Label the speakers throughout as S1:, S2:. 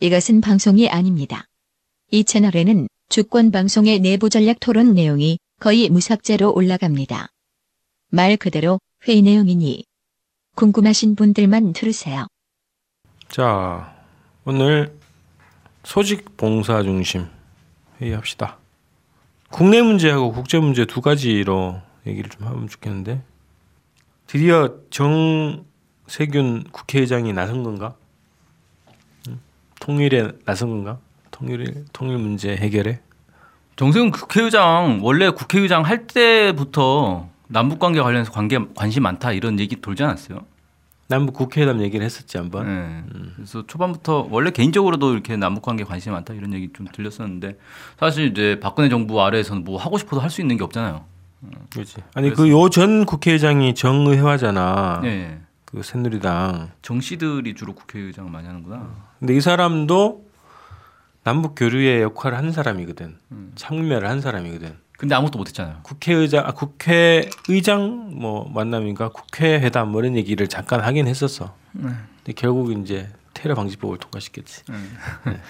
S1: 이것은 방송이 아닙니다. 이 채널에는 주권 방송의 내부 전략 토론 내용이 거의 무삭제로 올라갑니다. 말 그대로 회의 내용이니 궁금하신 분들만 들으세요.
S2: 자, 오늘 소직 봉사 중심 회의합시다. 국내 문제하고 국제 문제 두 가지로 얘기를 좀 하면 좋겠는데 드디어 정세균 국회의장이 나선 건가? 응? 통일에 나선 건가? 통일 통일 문제 해결에
S3: 정세균 국회의장 원래 국회의장 할 때부터 남북 관계 관련해서 관계 관심 많다 이런 얘기 돌지 않았어요?
S2: 남북 국회의담 얘기를 했었지 한번.
S3: 네. 그래서 초반부터 원래 개인적으로도 이렇게 남북 관계 관심 많다 이런 얘기 좀 들렸었는데 사실 이제 박근혜 정부 아래에서는 뭐 하고 싶어도 할 수 있는 게 없잖아요.
S2: 그렇지. 아니 그 요 전 국회의장이 정의회화잖아.
S3: 네.
S2: 그 새누리당.
S3: 정씨들이 주로 국회의장 많이 하는구나.
S2: 근데 이 사람도 남북 교류의 역할을 한 사람이거든. 참여를 한 사람이거든.
S3: 근데 아무것도 못했잖아요.
S2: 국회의장, 아, 국회의장 뭐 만남인가 국회회담 뭐 이런 얘기를 잠깐 하긴 했었어. 근데 결국 이제 테러 방지법을 통과시켰지.
S3: 네.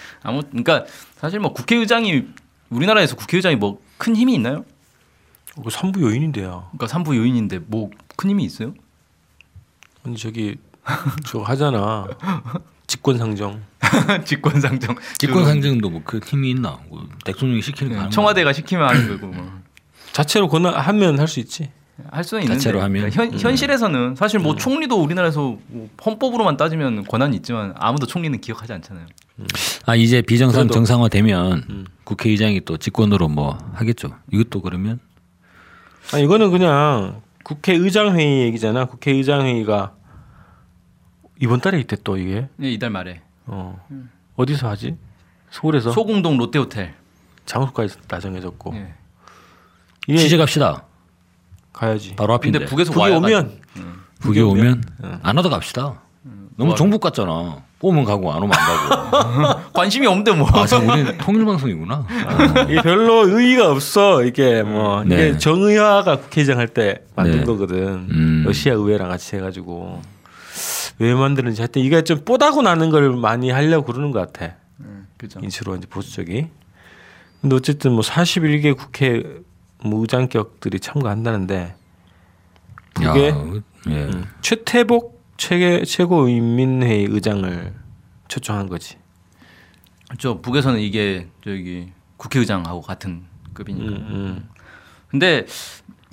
S3: 아무 그러니까 사실 뭐 국회의장이 우리나라에서 국회의장이 뭐 큰 힘이 있나요?
S2: 그 선부 요인인데요.
S3: 그러니까 산부 요인인데 뭐 큰 힘이 있어요?
S2: 아니 저기 저 하잖아. 직권상정.
S3: 직권상정.
S4: 직권상정도 뭐 그 힘이 있나? 뭐 대통령이
S3: 네.
S4: 시키는 거 하는
S3: 청와대가 시키면 하는 거고 뭐.
S2: 자체로 권한 하면 할 수 있지.
S3: 할 수는 있는데
S4: 자체로 하면?
S3: 그러니까 현, 현실에서는 사실 뭐 총리도 우리나라에서 뭐 헌법으로만 따지면 권한이 있지만 아무도 총리는 기억하지 않잖아요.
S4: 거야. 아 이제 비정상
S2: 그래도-
S4: 정상화 되면
S2: 음.
S4: 국회의장이 또 직권으로 뭐 하겠죠. 이것도 그러면
S2: 아 이거는 그냥 국회의장 회의 얘기잖아. 국회의장 회의가 이번 달에 있대 또 이게.
S3: 예, 이달 말에
S2: 어.
S3: 음.
S2: 어디서 하지? 서울에서
S3: 소공동 롯데호텔.
S2: 장소까지 나정해졌고
S3: 예.
S2: 이게
S4: 취재 갑시다.
S2: 가야지.
S4: 바로 앞인데
S3: 근데 아, 북에서
S2: 북이
S3: 와야
S2: 오면
S4: 북이 오면 안 하다 갑시다. 너무 종북 같잖아. 오면 가고 안 오면 안 가고.
S3: 관심이 없는데 뭐.
S4: 아, 지금 우리는 통일 방송이구나.
S2: 이게 별로 의의가 없어. 이게 뭐
S3: 음.
S4: 네.
S2: 이게 정의화가 국회의장 할 때 만든
S4: 네.
S2: 거거든.
S4: 음.
S2: 러시아 의회랑 같이 해가지고 왜 만드는지 하여튼 이게 좀 뽀다고 나는 걸 많이 하려고 그러는 것 같아.
S3: 네, 그죠.
S2: 인치로 이제 보수 쪽이. 근데 어쨌든 뭐 41개 국회 뭐 의장격들이 참가한다는데
S4: 야,
S2: 북에
S4: 예.
S2: 음. 최태복 최, 최고인민회의 의장을 초청한 거지.
S3: 저 북에서는 이게 저기 국회의장하고 같은 급이니까.
S2: 음,
S3: 근데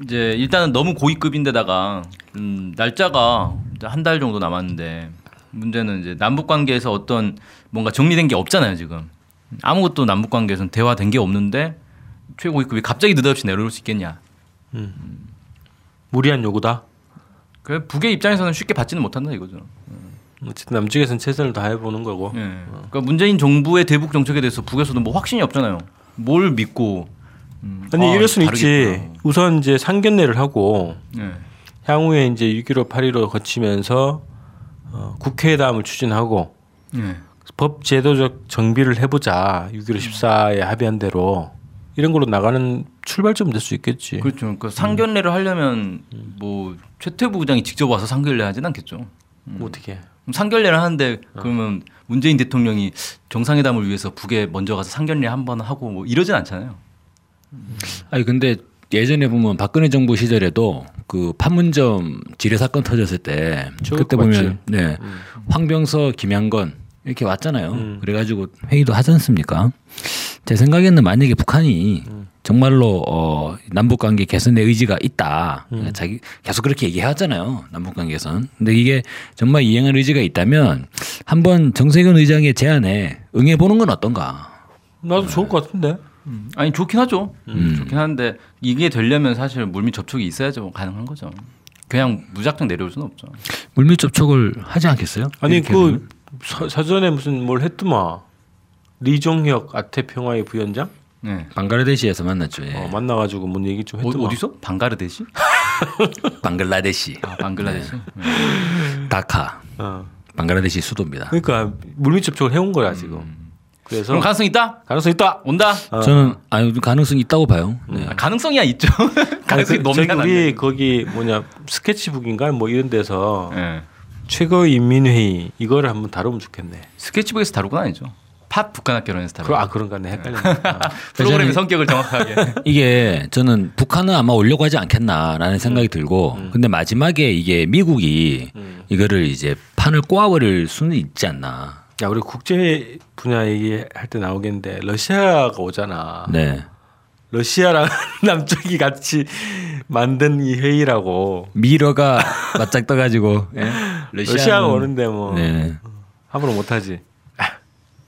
S3: 이제 일단은 너무 고위급인데다가 음, 날짜가 한 달 정도 남았는데 문제는 이제 남북 관계에서 어떤 뭔가 정리된 게 없잖아요 지금 아무것도 남북 관계에서는 대화된 게 없는데 최고위급이 갑자기 느닷없이 내려올 수 있겠냐?
S2: 무리한 요구다.
S3: 그 북의 입장에서는 쉽게 받지는 못한다 이거죠.
S2: 어쨌든 남쪽에서는 최선을 다해보는 거고.
S3: 예. 그러니까 문재인 정부의 대북 정책에 대해서 북에서도 뭐 확신이 없잖아요. 뭘 믿고? 음,
S2: 아니
S3: 아,
S2: 이럴 수는 있지.
S3: 다르겠구나.
S2: 우선 이제 상견례를 하고
S3: 예.
S2: 향후에 이제 6.15, 8.15 거치면서 어, 국회의담을 추진하고
S3: 예.
S2: 법 제도적 정비를 해보자. 6.15, 14에 합의한 대로 이런 걸로 나가는 출발점 될 수 있겠지.
S3: 그렇죠. 그 상견례를 하려면 뭐 최태부 부장이 직접 와서 상견례 하진 않겠죠.
S2: 어떻게?
S3: 그럼 상견례를 하는데 그러면 문재인 대통령이 정상회담을 위해서 북에 먼저 가서 상견례 한 번 하고 뭐 이러진 않잖아요.
S4: 아니 근데 예전에 보면 박근혜 정부 시절에도 그 판문점 지뢰 사건 터졌을 때
S2: 저거
S4: 그때
S2: 맞지.
S4: 보면 네 황병서 김양건 이렇게 왔잖아요.
S2: 음.
S4: 그래가지고 회의도 하지 않습니까? 제 생각에는 만약에 북한이
S2: 음.
S4: 정말로 어, 남북 관계 개선의 의지가 있다.
S2: 음.
S4: 자기 계속 그렇게 얘기하잖아요. 남북 관계선. 근데 이게 정말 이행할 의지가 있다면 한번 정세균 의장의 제안에 응해 보는 건 어떤가?
S3: 네.
S2: 나도 좋을 것 같은데.
S3: 아니 좋긴 하죠. 음. 좋긴 하는데 이게 되려면 사실 물밑 접촉이 있어야죠 가능한 거죠. 그냥 무작정 내려올 수는 없죠.
S4: 물밑 접촉을 하지 않겠어요?
S2: 아니
S4: 이렇게
S2: 그 사, 사전에 무슨 뭘 했더만 리종혁 아태 평화의 부연장
S3: 네.
S4: 방글라데시에서 만났죠. 예.
S2: 어, 만나가지고 뭔 얘기 좀
S3: 어,
S2: 했더만.
S3: 어디서? 방가르데시?
S4: 방글라데시,
S3: 아, 방글라데시. 네.
S4: 다카,
S2: 어.
S4: 방글라데시 수도입니다.
S2: 그러니까 물밑 접촉을 해온 거야 지금. 그래서
S3: 그럼 가능성 있다?
S2: 가능성 있다.
S3: 온다?
S4: 저는 아유 가능성이 있다고 봐요.
S2: 음.
S4: 네.
S3: 아, 가능성이야 있죠.
S2: 아니, 그,
S3: 가능성이 너무
S2: 저기
S3: 안
S2: 우리 거기 뭐냐 스케치북인가 뭐 이런 데서
S3: 네.
S2: 최고인민회의 이거를 한번 다루면 좋겠네.
S3: 스케치북에서 다루고 아니죠. 핫 북한학교라는
S2: 그,
S3: 스타일.
S2: 아 그런가 네 헷갈렸네. 아,
S3: 프로그램의
S4: 예전에-
S3: 성격을 정확하게.
S4: 이게 저는 북한은 아마 오려고 하지 않겠나라는 생각이 들고 근데 마지막에 이게 미국이
S2: 음.
S4: 이거를 이제 판을 꼬아버릴 수는 있지 않나.
S2: 야 우리 국제 분야 얘기할 때 나오겠는데 러시아가 오잖아.
S4: 네.
S2: 러시아랑 남쪽이 같이 만든 이 회의라고
S4: 미러가 맞짝 떠가지고 예?
S2: 러시아가 오는데 뭐
S4: 네.
S2: 함부로 못하지.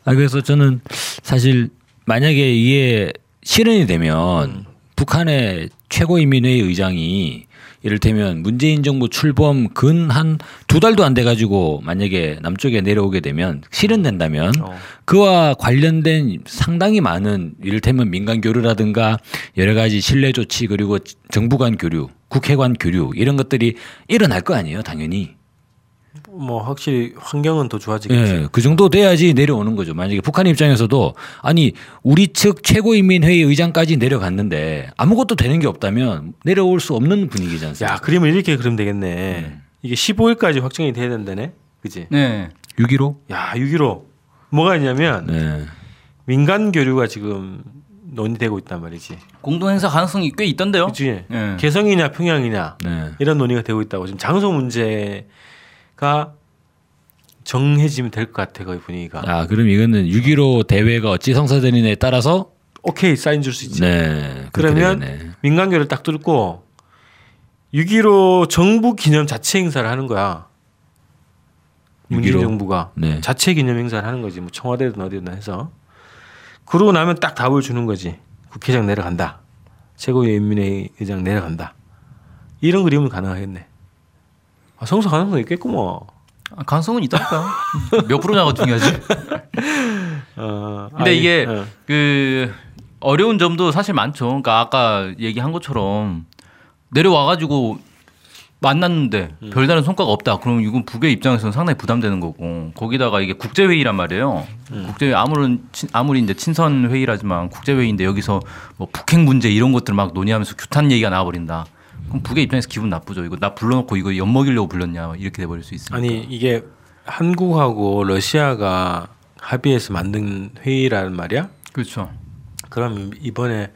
S4: 아 그래서 저는 사실 만약에 이게 실현이 되면 북한의 최고인민회의 의장이 이를테면 문재인 정부 출범 근 한 두 달도 안 돼 가지고 만약에 남쪽에 내려오게 되면 실현된다면
S2: 어.
S4: 그와 관련된 상당히 많은 이를테면 민간 교류라든가 여러 가지 신뢰 조치 그리고 정부 간 교류, 국회 간 교류 이런 것들이 일어날 거 아니에요, 당연히.
S2: 뭐 확실히 환경은 더 좋아지겠지.
S4: 예, 그 정도 돼야지 내려오는 거죠. 만약에 북한 입장에서도 아니 우리 측 최고인민회의 의장까지 내려갔는데 아무것도 되는 게 없다면 내려올 수 없는 분위기지 않습니까?
S2: 야 그림을 이렇게 그리면 되겠네. 이게 15일까지 확정이 돼야 된다네. 그지?
S3: 네.
S4: 6.15?
S2: 야 6.15 뭐가 있냐면
S4: 네.
S2: 민간 교류가 지금 논의되고 있단 말이지.
S3: 공동 행사 가능성이 꽤 있던데요.
S2: 그치?
S3: 예.
S2: 개성이냐 평양이냐
S4: 네.
S2: 이런 논의가 되고 있다고 지금 장소 문제가 정해지면 될 것 같아 거의 분위기가.
S4: 아, 그럼 이거는 6.15 대회가 어찌 성사되느냐에 따라서
S2: 오케이 사인 줄 수 있지.
S4: 네. 그렇게
S2: 그러면
S4: 되겠네.
S2: 민간교를 딱 뚫고 6.15 정부 기념 자체 행사를 하는 거야. 문재인
S4: 6.15.
S2: 정부가
S4: 네.
S2: 자체 기념 행사를 하는 거지. 뭐 청와대든 어디든 해서. 그러고 나면 딱 답을 주는 거지. 국회장 내려간다. 최고위원민회의 장 내려간다. 이런 그림은 가능하겠네. 아, 성사 뭐. 가능성이 있겠구먼.
S3: 아, 가능성은 있다니까요. 몇 프로냐가 중요하지.
S2: 어,
S3: 근데
S2: 아니,
S3: 이게
S2: 어.
S3: 그 어려운 점도 사실 많죠. 그러니까 아까 얘기한 것처럼 내려와 가지고 만났는데
S2: 음.
S3: 별다른 성과가 없다. 그럼 이건 북의 입장에서는 상당히 부담되는 거고 거기다가 이게 국제 회의란 말이에요.
S2: 음.
S3: 국제 회의 아무런 친- 아무리 이제 친선 회의라지만 국제 회의인데 여기서 뭐 북핵 문제 이런 것들 막 논의하면서 규탄 얘기가 나와버린다. 그럼 북의 입장에서 기분 나쁘죠. 이거 나 불러놓고 이거 엿 먹이려고 불렀냐 이렇게 돼버릴 수 있으니까.
S2: 아니 이게 한국하고 러시아가 합의해서 만든 회의란 말이야?
S3: 그렇죠.
S2: 그럼 이번에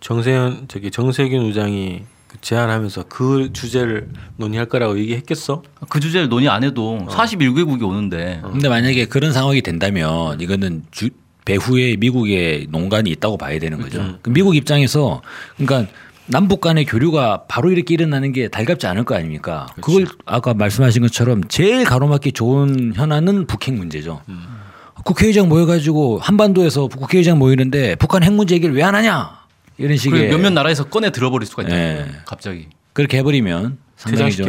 S2: 정세현 저기 정세균 의장이 그 제안하면서 그 주제를 논의할 거라고 얘기했겠어?
S3: 그 주제를 논의 안 해도
S2: 어.
S3: 41개국이 오는데
S4: 어. 근데 만약에 그런 상황이 된다면 이거는 주- 배후에 미국의 농간이 있다고 봐야 되는 거죠. 그럼 미국 입장에서 그러니까 남북 간의 교류가 바로 이렇게 일어나는 게 달갑지 않을 거 아닙니까? 그걸 아까 말씀하신 것처럼 제일 가로막기 좋은 현안은 북핵 문제죠. 국회의장 모여가지고 한반도에서 국회의장 모이는데 북한 핵 문제 얘기를 왜 안 하냐 이런 식의
S3: 그리고 몇몇 나라에서 꺼내 들어버릴 수가 있다.
S4: 예.
S3: 갑자기.
S4: 그렇게 해버리면 상당히
S2: 퇴장시켜.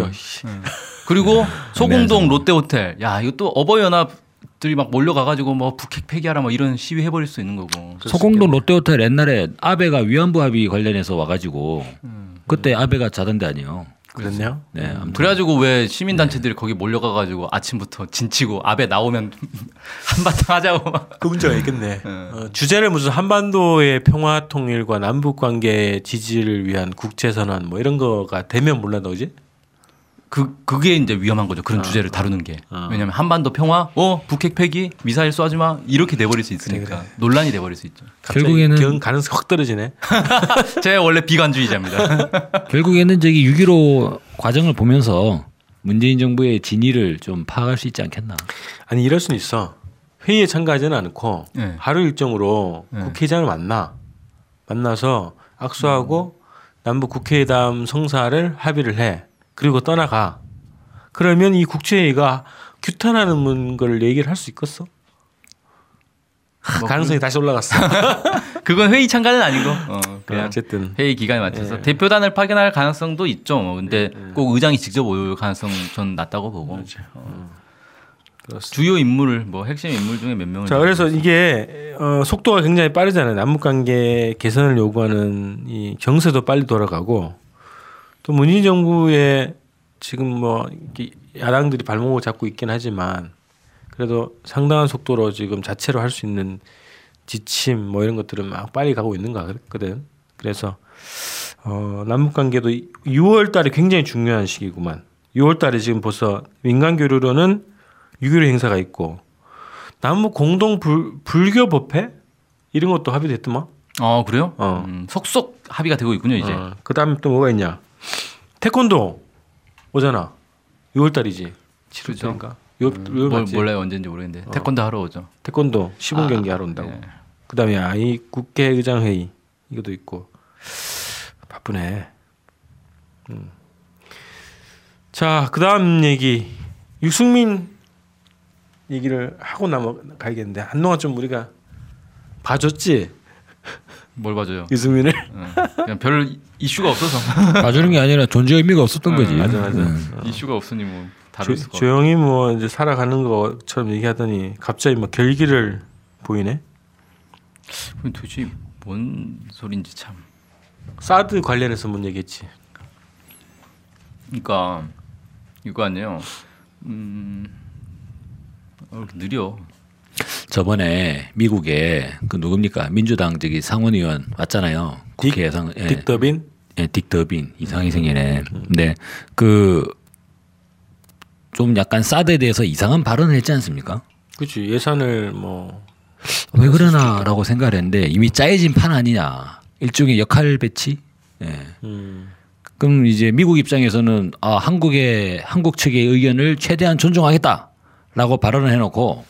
S4: 좀
S3: 그리고
S4: 네.
S3: 소공동 롯데 호텔. 야, 이거 또 어버이 연합들이 막 몰려가 가지고 뭐 북핵 폐기하라 뭐 이런 시위 해 버릴 수 있는 거고.
S4: 소공동 롯데호텔 옛날에 아베가 위안부 합의 관련해서 와가지고
S2: 음.
S4: 그때 아베가 자던 데 아니요.
S2: 그랬냐?
S4: 네, 아무튼 네.
S3: 그래 가지고 왜 시민 단체들이 거기 몰려가 가지고 아침부터 진치고 아베 나오면 한바탕 하자고 막.
S2: 그 문제가 있겠네. 어, 주제를 무슨 한반도의 평화 통일과 남북 관계 지지를 위한 국제 선언 뭐 이런 거가 되면 몰라도 그지?
S3: 그 그게 이제 위험한 거죠.
S4: 아.
S3: 그런 주제를 다루는 게. 왜냐면 한반도 평화, 어, 북핵 폐기, 미사일 쏘지 마. 이렇게 돼 버릴 수 있으니까 논란이 돼 버릴 수 있죠.
S2: 갑자기
S4: 결국에는-
S2: 경- 가능성 확 떨어지네.
S3: 제가 원래 비관주의자입니다.
S4: 결국에는 저기 6.15 과정을 보면서 문재인 정부의 진위를 좀 파악할 수 있지 않겠나.
S2: 아니 이럴 수는 있어. 회의에 참가하지는 않고
S3: 네.
S2: 하루 일정으로 국회의장을 만나 만나서 악수하고 남북 국회의담 성사를 합의를 해 그리고 떠나가 그러면 이 국제회의가 규탄하는 문- 걸 얘기를 할 수 있겠어? 하, 가능성이 다시 올라갔어.
S3: 그건 회의 참가는 아니고. 어, 그냥
S2: 어쨌든
S3: 회의 기간에
S2: 예.
S3: 맞춰서 대표단을 파견할 가능성도 있죠. 뭐. 근데 꼭 의장이 직접 올 가능성 전 낮다고 보고 어.
S2: 그렇죠. 음. 그렇습니다.
S3: 주요 인물을 뭐 핵심 인물 중에 몇 명을
S2: 자 그래서 이게 어, 속도가 굉장히 빠르잖아요. 남북관계 개선을 요구하는 이 경세도 빨리 돌아가고 또 문재인 정부의 지금 뭐 이렇게 야당들이 발목을 잡고 있긴 하지만 그래도 상당한 속도로 지금 자체로 할 수 있는 지침 뭐 이런 것들은 막 빨리 가고 있는 거 같거든. 그래서 어, 남북관계도 6월 달이 굉장히 중요한 시기구만. 6월 달에 지금 벌써 민간 교류로는 6.15 행사가 있고 남북 공동 불, 불교 법회 이런 것도 합의됐더만.
S3: 아 그래요?
S2: 어.
S3: 음, 속속 합의가 되고 있군요 이제.
S2: 어, 그다음에 또 뭐가 있냐? 태권도 오잖아. 6월 달이지. 7월
S3: 그죠. 음.
S2: 달인가? 6월,
S3: 뭘
S2: 6월 맞지? 어.
S3: 몰라요 언제인지 모르겠는데 태권도 하러 오죠.
S2: 태권도 시범
S3: 아,
S2: 경기 하러 온다고.
S3: 네.
S2: 그다음에 아이 국회의장 회의 이것도 있고 바쁘네. 음. 자 그다음 얘기 유승민 얘기를 하고 넘어가야겠는데 한동안 좀 우리가 봐줬지
S3: 뭘 봐줘요?
S2: 유승민을
S3: 음, 그냥 별 이슈가 없어서
S4: 봐주는 게 아니라 존재 의미가 없었던
S3: 음,
S4: 거지.
S2: 맞아 맞아.
S4: 음.
S2: 어.
S3: 이슈가 없으니 뭐 다룰
S2: 조,
S3: 수가. 없
S2: 조용히 뭐 이제 살아가는 것처럼 얘기하더니 갑자기 뭐 결기를 보이네.
S3: 도대체 뭔 소린지 참.
S2: 사드 관련해서 뭔 얘기했지.
S3: 그러니까 이거 아니에요. 음, 어, 이렇게 느려.
S4: 저번에 미국에 그 누굽니까 민주당 저기 상원의원 왔잖아요.
S2: 딕-
S4: 국회 예상 예,
S2: 딕 음. 더빈
S4: 예, 딕 더빈 이상이 생기네. 네, 그 좀 약간 사드에 대해서 이상한 발언을 했지 않습니까?
S2: 그치 예산을 뭐
S4: 왜 그러나라고 생각을 했는데 이미 짜여진 판 아니냐. 일종의 역할 배치. 예.
S2: 음,
S4: 그럼 이제 미국 입장에서는 아, 한국의 한국 측의 의견을 최대한 존중하겠다라고 발언을 해놓고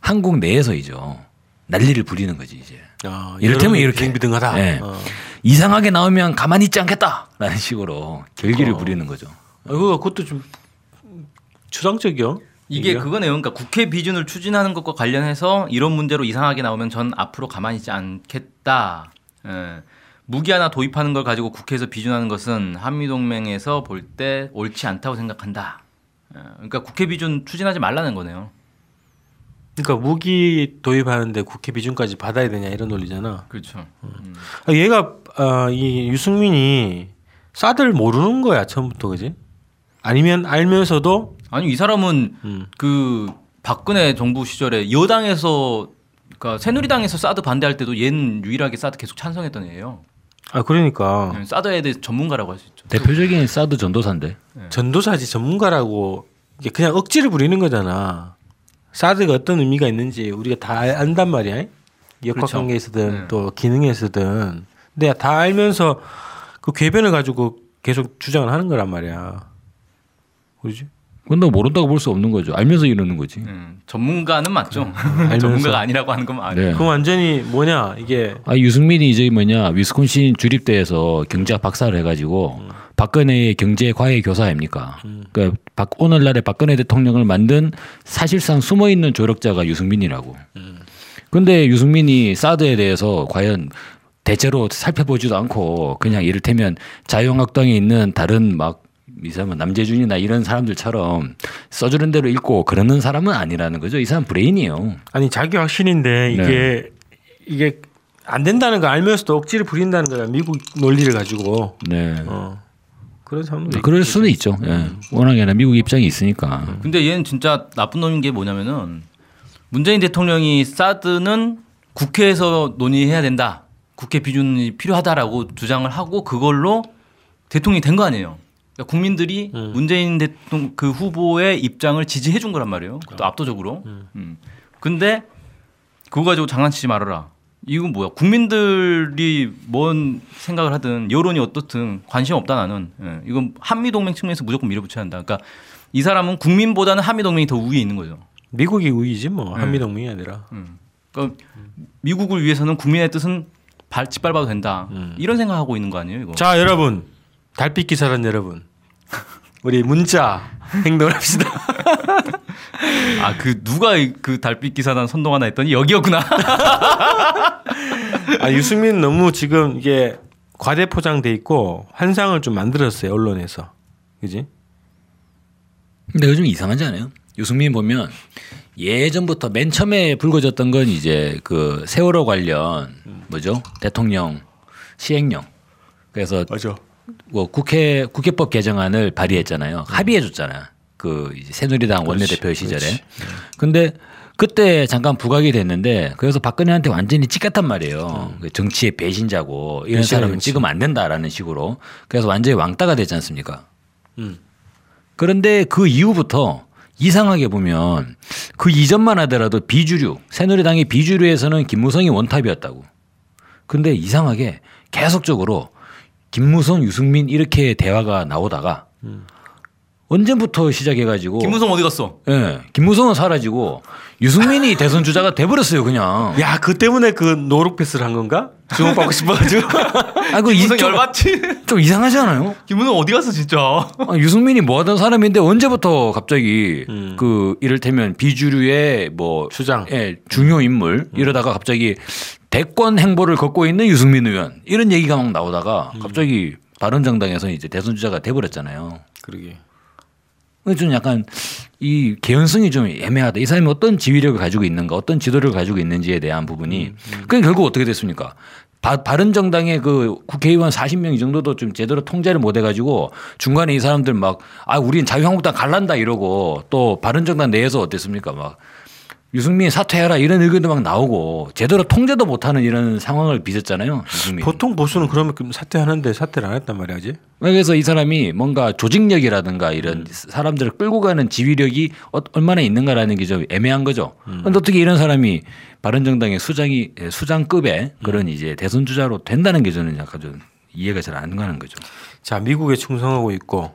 S4: 한국 내에서이죠 난리를 부리는 거지 이제
S2: 아,
S4: 이를테면
S2: 여론이
S4: 이렇게.
S2: 비등비등하다.
S4: 예.
S2: 어.
S4: 이상하게 나오면 가만히 있지 않겠다라는 식으로 결기를 부리는 거죠.
S2: 아, 그거 그것도 좀 추상적이요.
S3: 이게 그거네요. 그러니까 국회 비준을 추진하는 것과 관련해서 이런 문제로 이상하게 나오면 전 앞으로 가만히 있지 않겠다. 예. 무기 하나 도입하는 걸 가지고 국회에서 비준하는 것은 한미동맹에서 볼 때 옳지 않다고 생각한다. 예. 그러니까 국회 비준 추진하지 말라는 거네요.
S2: 그러니까 무기 도입하는데 국회 비준까지 받아야 되냐 이런 논리잖아.
S3: 그렇죠. 음.
S2: 아, 얘가 아, 이 유승민이 사드를 모르는 거야 처음부터 그지? 아니면 알면서도
S3: 아니 이 사람은
S2: 음.
S3: 그 박근혜 정부 시절에 여당에서 그러니까 새누리당에서 사드 반대할 때도 얘는 유일하게 사드 계속 찬성했던 애예요.
S2: 아 그러니까
S3: 예, 사드에 대해서 전문가라고 할 수 있죠.
S4: 대표적인 사드 전도사인데
S2: 네. 전도사지 전문가라고 이게 그냥 억지를 부리는 거잖아. 사드가 어떤 의미가 있는지 우리가 다 알- 안단 말이야. 역학관계에서든
S3: 그렇죠. 네.
S2: 또 기능에서든. 근데 다 알면서 그 궤변을 가지고 계속 주장을 하는 거란 말이야. 그지?
S4: 그건 너 모른다고 볼 수 없는 거죠. 알면서 이러는 거지.
S3: 음, 전문가는 맞죠.
S2: 알면서.
S3: 전문가가 아니라고 하는 건 아니에요.
S4: 네.
S2: 그럼 완전히 뭐냐 이게
S4: 아 유승민이 이제 뭐냐 위스콘신 주립대에서 경제학 박사를 해가지고 박근혜의 경제 과외 교사 아닙니까? 그러니까 박- 오늘날의 박근혜 대통령을 만든 사실상 숨어 있는 조력자가 유승민이라고. 근데 유승민이 사드에 대해서 과연 대체로 살펴보지도 않고 그냥 이를테면 자유한국당에 있는 다른 막 이사람 남재준이나 이런 사람들처럼 써주는 대로 읽고 그러는 사람은 아니라는 거죠. 이 사람 브레인이에요.
S2: 아니 자기 확신인데 이게 네. 이게 안 된다는 거 알면서도 억지를 부린다는 거야 미국 논리를 가지고.
S4: 네.
S2: 어. 그런 사람도
S4: 네, 그럴 수는 있죠. 음. 예. 워낙에나 미국 입장이 있으니까.
S3: 음. 근데 얘는 진짜 나쁜 놈인 게 뭐냐면은 문재인 대통령이 사드는 국회에서 논의해야 된다. 국회 비준이 필요하다라고 주장을 하고 그걸로 대통령이 된 거 아니에요. 그러니까 국민들이 문재인 대통령 그 후보의 입장을 지지해 준 거란 말이에요. 그것도 압도적으로. 음. 근데 그거 가지고 장난치지 말아라. 이건 뭐야? 국민들이 뭔 생각을 하든 여론이 어떻든 관심 없다 나는. 예, 이건 한미 동맹 측면에서 무조건 밀어붙여야 한다. 그러니까 이 사람은 국민보다는 한미 동맹이 더 위에 있는 거죠.
S2: 미국이 우위지 뭐 한미동맹이 아니라.
S3: 그러니까 미국을 위해서는 국민의 뜻은 발 짓밟아도 된다.
S4: 음.
S3: 이런 생각하고 있는 거 아니에요, 이거?
S2: 뭐. 자 여러분 달빛 기사란 여러분 우리 문자 행동합시다.
S3: 아, 그 누가 이- 그 달빛 기사단 선동 하나 했더니 여기였구나.
S2: 아 유승민 너무 지금 이게 과대 포장돼 있고 환상을 좀 만들었어요 언론에서 그지?
S4: 근데 요즘 이상하지 않아요? 유승민 보면 예전부터 맨 처음에 불거졌던 건 이제 그 세월호 관련 뭐죠? 대통령 시행령. 그래서
S2: 맞아.
S4: 뭐 국회 국회법 개정안을 발의했잖아요. 합의해 줬잖아요. 음. 그 이제 새누리당 원내대표 시절에. 근데 그때 잠깐 부각이 됐는데 그래서 박근혜한테 완전히 찍혔단 말이에요. 그 정치의 배신자고 이런
S2: 배신자,
S4: 사람은
S2: 그치.
S4: 찍으면 안 된다라는 식으로. 그래서 완전히 왕따가 되지 않습니까?
S2: 음.
S4: 그런데 그 이후부터 이상하게 보면 그 이전만 하더라도 비주류 새누리당의 비주류에서는 김무성이 원탑이었다고. 근데 이상하게 계속적으로 김무성, 유승민 이렇게 대화가 나오다가 언제부터 시작해가지고
S3: 김무성 어디 갔어?
S4: 예, 김무성은 사라지고 유승민이 대선 주자가 돼버렸어요 그냥.
S2: 야, 그 때문에 그 노룩 패스를 한 건가? 주목받고 싶어가지고.
S4: 아, 그
S3: 김무성
S4: 이- 좀-
S3: 열받지?
S4: 좀 이상하지 않아요?
S3: 김무성 어디 갔어 진짜?
S4: 아, 유승민이 뭐 하던 사람인데 언제부터 갑자기
S3: 음.
S4: 그 이를테면 비주류의 뭐
S2: 주장.
S4: 예, 중요 인물 이러다가 갑자기 대권 행보를 걷고 있는 유승민 의원 이런 얘기가 막 나오다가
S3: 음.
S4: 갑자기 바른 정당에서 이제 대선 주자가 돼버렸잖아요.
S2: 그러게.
S4: 근데 저는 약간 이 개연성이 좀 애매하다. 이 사람이 어떤 지휘력을 가지고 있는가, 어떤 지도를 가지고 있는지에 대한 부분이. 그게 결국 어떻게 됐습니까? 바, 바른 정당의 그 국회의원 40명 이 정도도 좀 제대로 통제를 못 해가지고 중간에 이 사람들 막 아, 우린 자유한국당 갈란다 이러고 또 바른 정당 내에서 어땠습니까? 막 유승민 사퇴해라 이런 의견도 막 나오고 제대로 통제도 못하는 이런 상황을 빚었잖아요. 유승민.
S2: 보통 보수는 그러면 그 사퇴하는데 사퇴를 안 했단 말이야, 아직.
S4: 그래서 이 사람이 뭔가 조직력이라든가 이런 사람들을 끌고 가는 지휘력이 어- 얼마나 있는가라는 게 좀 애매한 거죠. 그런데 어떻게 이런 사람이 바른정당의 수장이 예, 수장급의 그런 이제 대선 주자로 된다는 게 저는 약간 좀 이해가 잘 안 가는 거죠.
S2: 자, 미국에 충성하고 있고,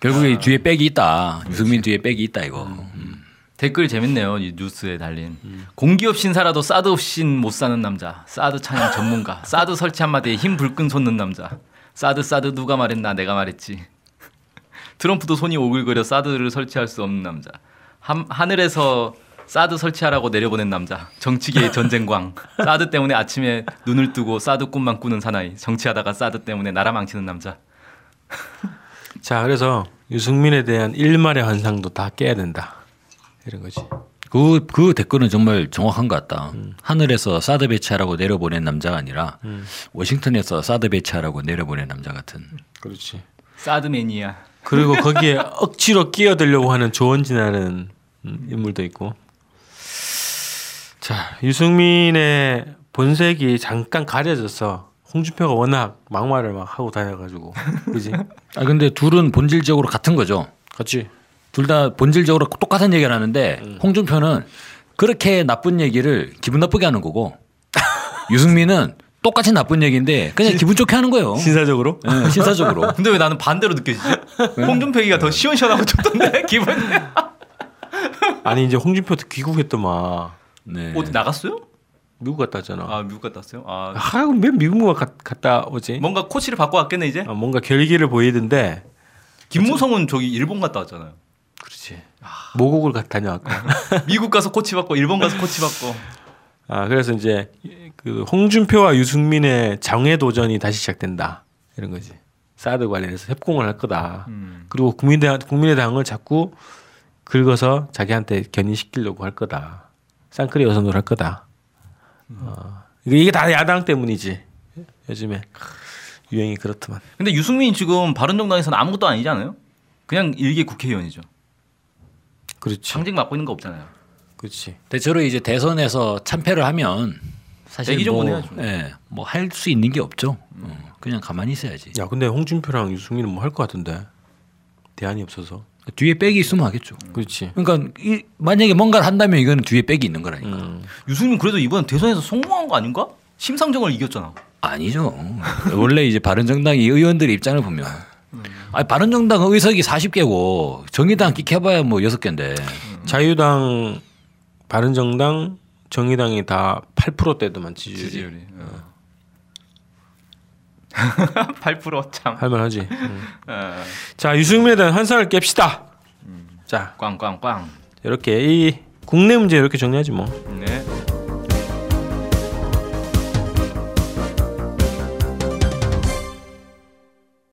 S4: 결국에 이 뒤에 백이 있다. 유승민 뒤에 백이 있다 이거. 아. 음.
S3: 댓글 재밌네요 이 뉴스에 달린 공기 없인 살아도 사드 없인 못 사는 남자 사드 찬양 전문가 사드 설치 한마디에 힘 불끈 솟는 남자 사드 사드 누가 말했나 내가 말했지 트럼프도 손이 오글거려 사드를 설치할 수 없는 남자 함- 하늘에서 사드 설치하라고 내려보낸 남자 정치계의 전쟁광 사드 때문에 아침에 눈을 뜨고 사드 꿈만 꾸는 사나이 정치하다가 사드 때문에 나라 망치는 남자
S2: 자, 그래서 유승민에 대한 일말의 환상도 다 깨야 된다. 이런 거지.
S4: 그, 그 댓글은 정말 정확한 것 같다. 하늘에서 사드 배치하라고 내려보낸 남자가 아니라 워싱턴에서 사드 배치하라고 내려보낸 남자 같은.
S2: 그렇지.
S3: 사드 매니아
S2: 그리고 거기에 억지로 끼어들려고 하는 조원진이라는 음, 인물도 있고. 자, 유승민의 본색이 잠깐 가려져서 홍준표가 워낙 막말을 막 하고 다녀가지고, 그지?
S4: 아 근데 둘은 본질적으로 같은 거죠.
S2: 같이.
S4: 둘 다 본질적으로 똑같은 얘기를 하는데
S3: 음.
S4: 홍준표는 그렇게 나쁜 얘기를 기분 나쁘게 하는 거고 유승민은 똑같이 나쁜 얘기인데 그냥 기분 좋게 하는 거예요.
S2: 신사적으로?
S4: 예, 신사적으로.
S3: 근데 왜 나는 반대로 느껴지지? 홍준표기가 더 시원시원하고 좋던데 기분이
S2: 아니 이제 홍준표도 귀국했더만
S4: 네.
S3: 어디 나갔어요?
S2: 미국 갔다 왔잖아.
S3: 아 미국 갔다 왔어요? 아 네.
S2: 아, 뭐? 왜 미국만 갔- 갔다 오지?
S3: 뭔가 코치를 바꿔 왔겠네 이제
S2: 아, 뭔가 결기를 보이던데.
S3: 김무성은 저기 일본 갔다 왔잖아요
S2: 그렇지. 모국을 갔 다녀왔고.
S3: 미국 가서 코치 받고 일본 가서 코치 받고
S2: 아 그래서 이제 그 홍준표와 유승민의 장외 도전이 다시 시작된다 이런 거지 사드 관련해서 협공을 할 거다
S3: 음.
S2: 그리고 국민대 국민의당을 자꾸 긁어서 자기한테 견인시키려고 할 거다 쌍크리 여선으로 할 거다 어, 이게 이게 다 야당 때문이지 요즘에 유행이 그렇더만
S3: 근데 유승민이 지금 바른정당에서는 아무것도 아니잖아요 그냥 일개 국회의원이죠
S2: 그렇지
S3: 당직 맡고 있는 거 없잖아요
S2: 그렇지
S4: 대체로 이제 대선에서 참패를 하면 사실
S3: 얘기 좀
S4: 뭐,
S3: 보내야죠. 음.
S4: 뭐할 수 있는 게 없죠. 어, 그냥 가만히 있어야지.
S2: 야 근데 홍준표랑 유승민은 뭐 할 것 같은데 대안이 없어서
S4: 뒤에 백이 있으면 하겠죠.
S2: 그렇지
S4: 그러니까 이, 만약에 뭔가를 한다면 이거는 뒤에 백이 있는 거라니까.
S3: 유승민 그래도 이번 대선에서 성공한 거 아닌가? 심상정을 이겼잖아
S4: 아니죠. 원래 이제 바른정당이 의원들의 입장을 보면 아니 바른정당 의석이 40개고 정의당 끼켜봐야 뭐 6개인데
S2: 자유당, 바른정당, 정의당이 다 8%대도만
S3: 예,
S2: 지지율이
S3: 지지율이 어. 8%참 어.
S2: 할만하지. 음. 자 유승민에 대한 환상을 깹시다. 자
S3: 꽝꽝꽝
S2: 이렇게 이 국내 문제 이렇게 정리하지 뭐.
S3: 네.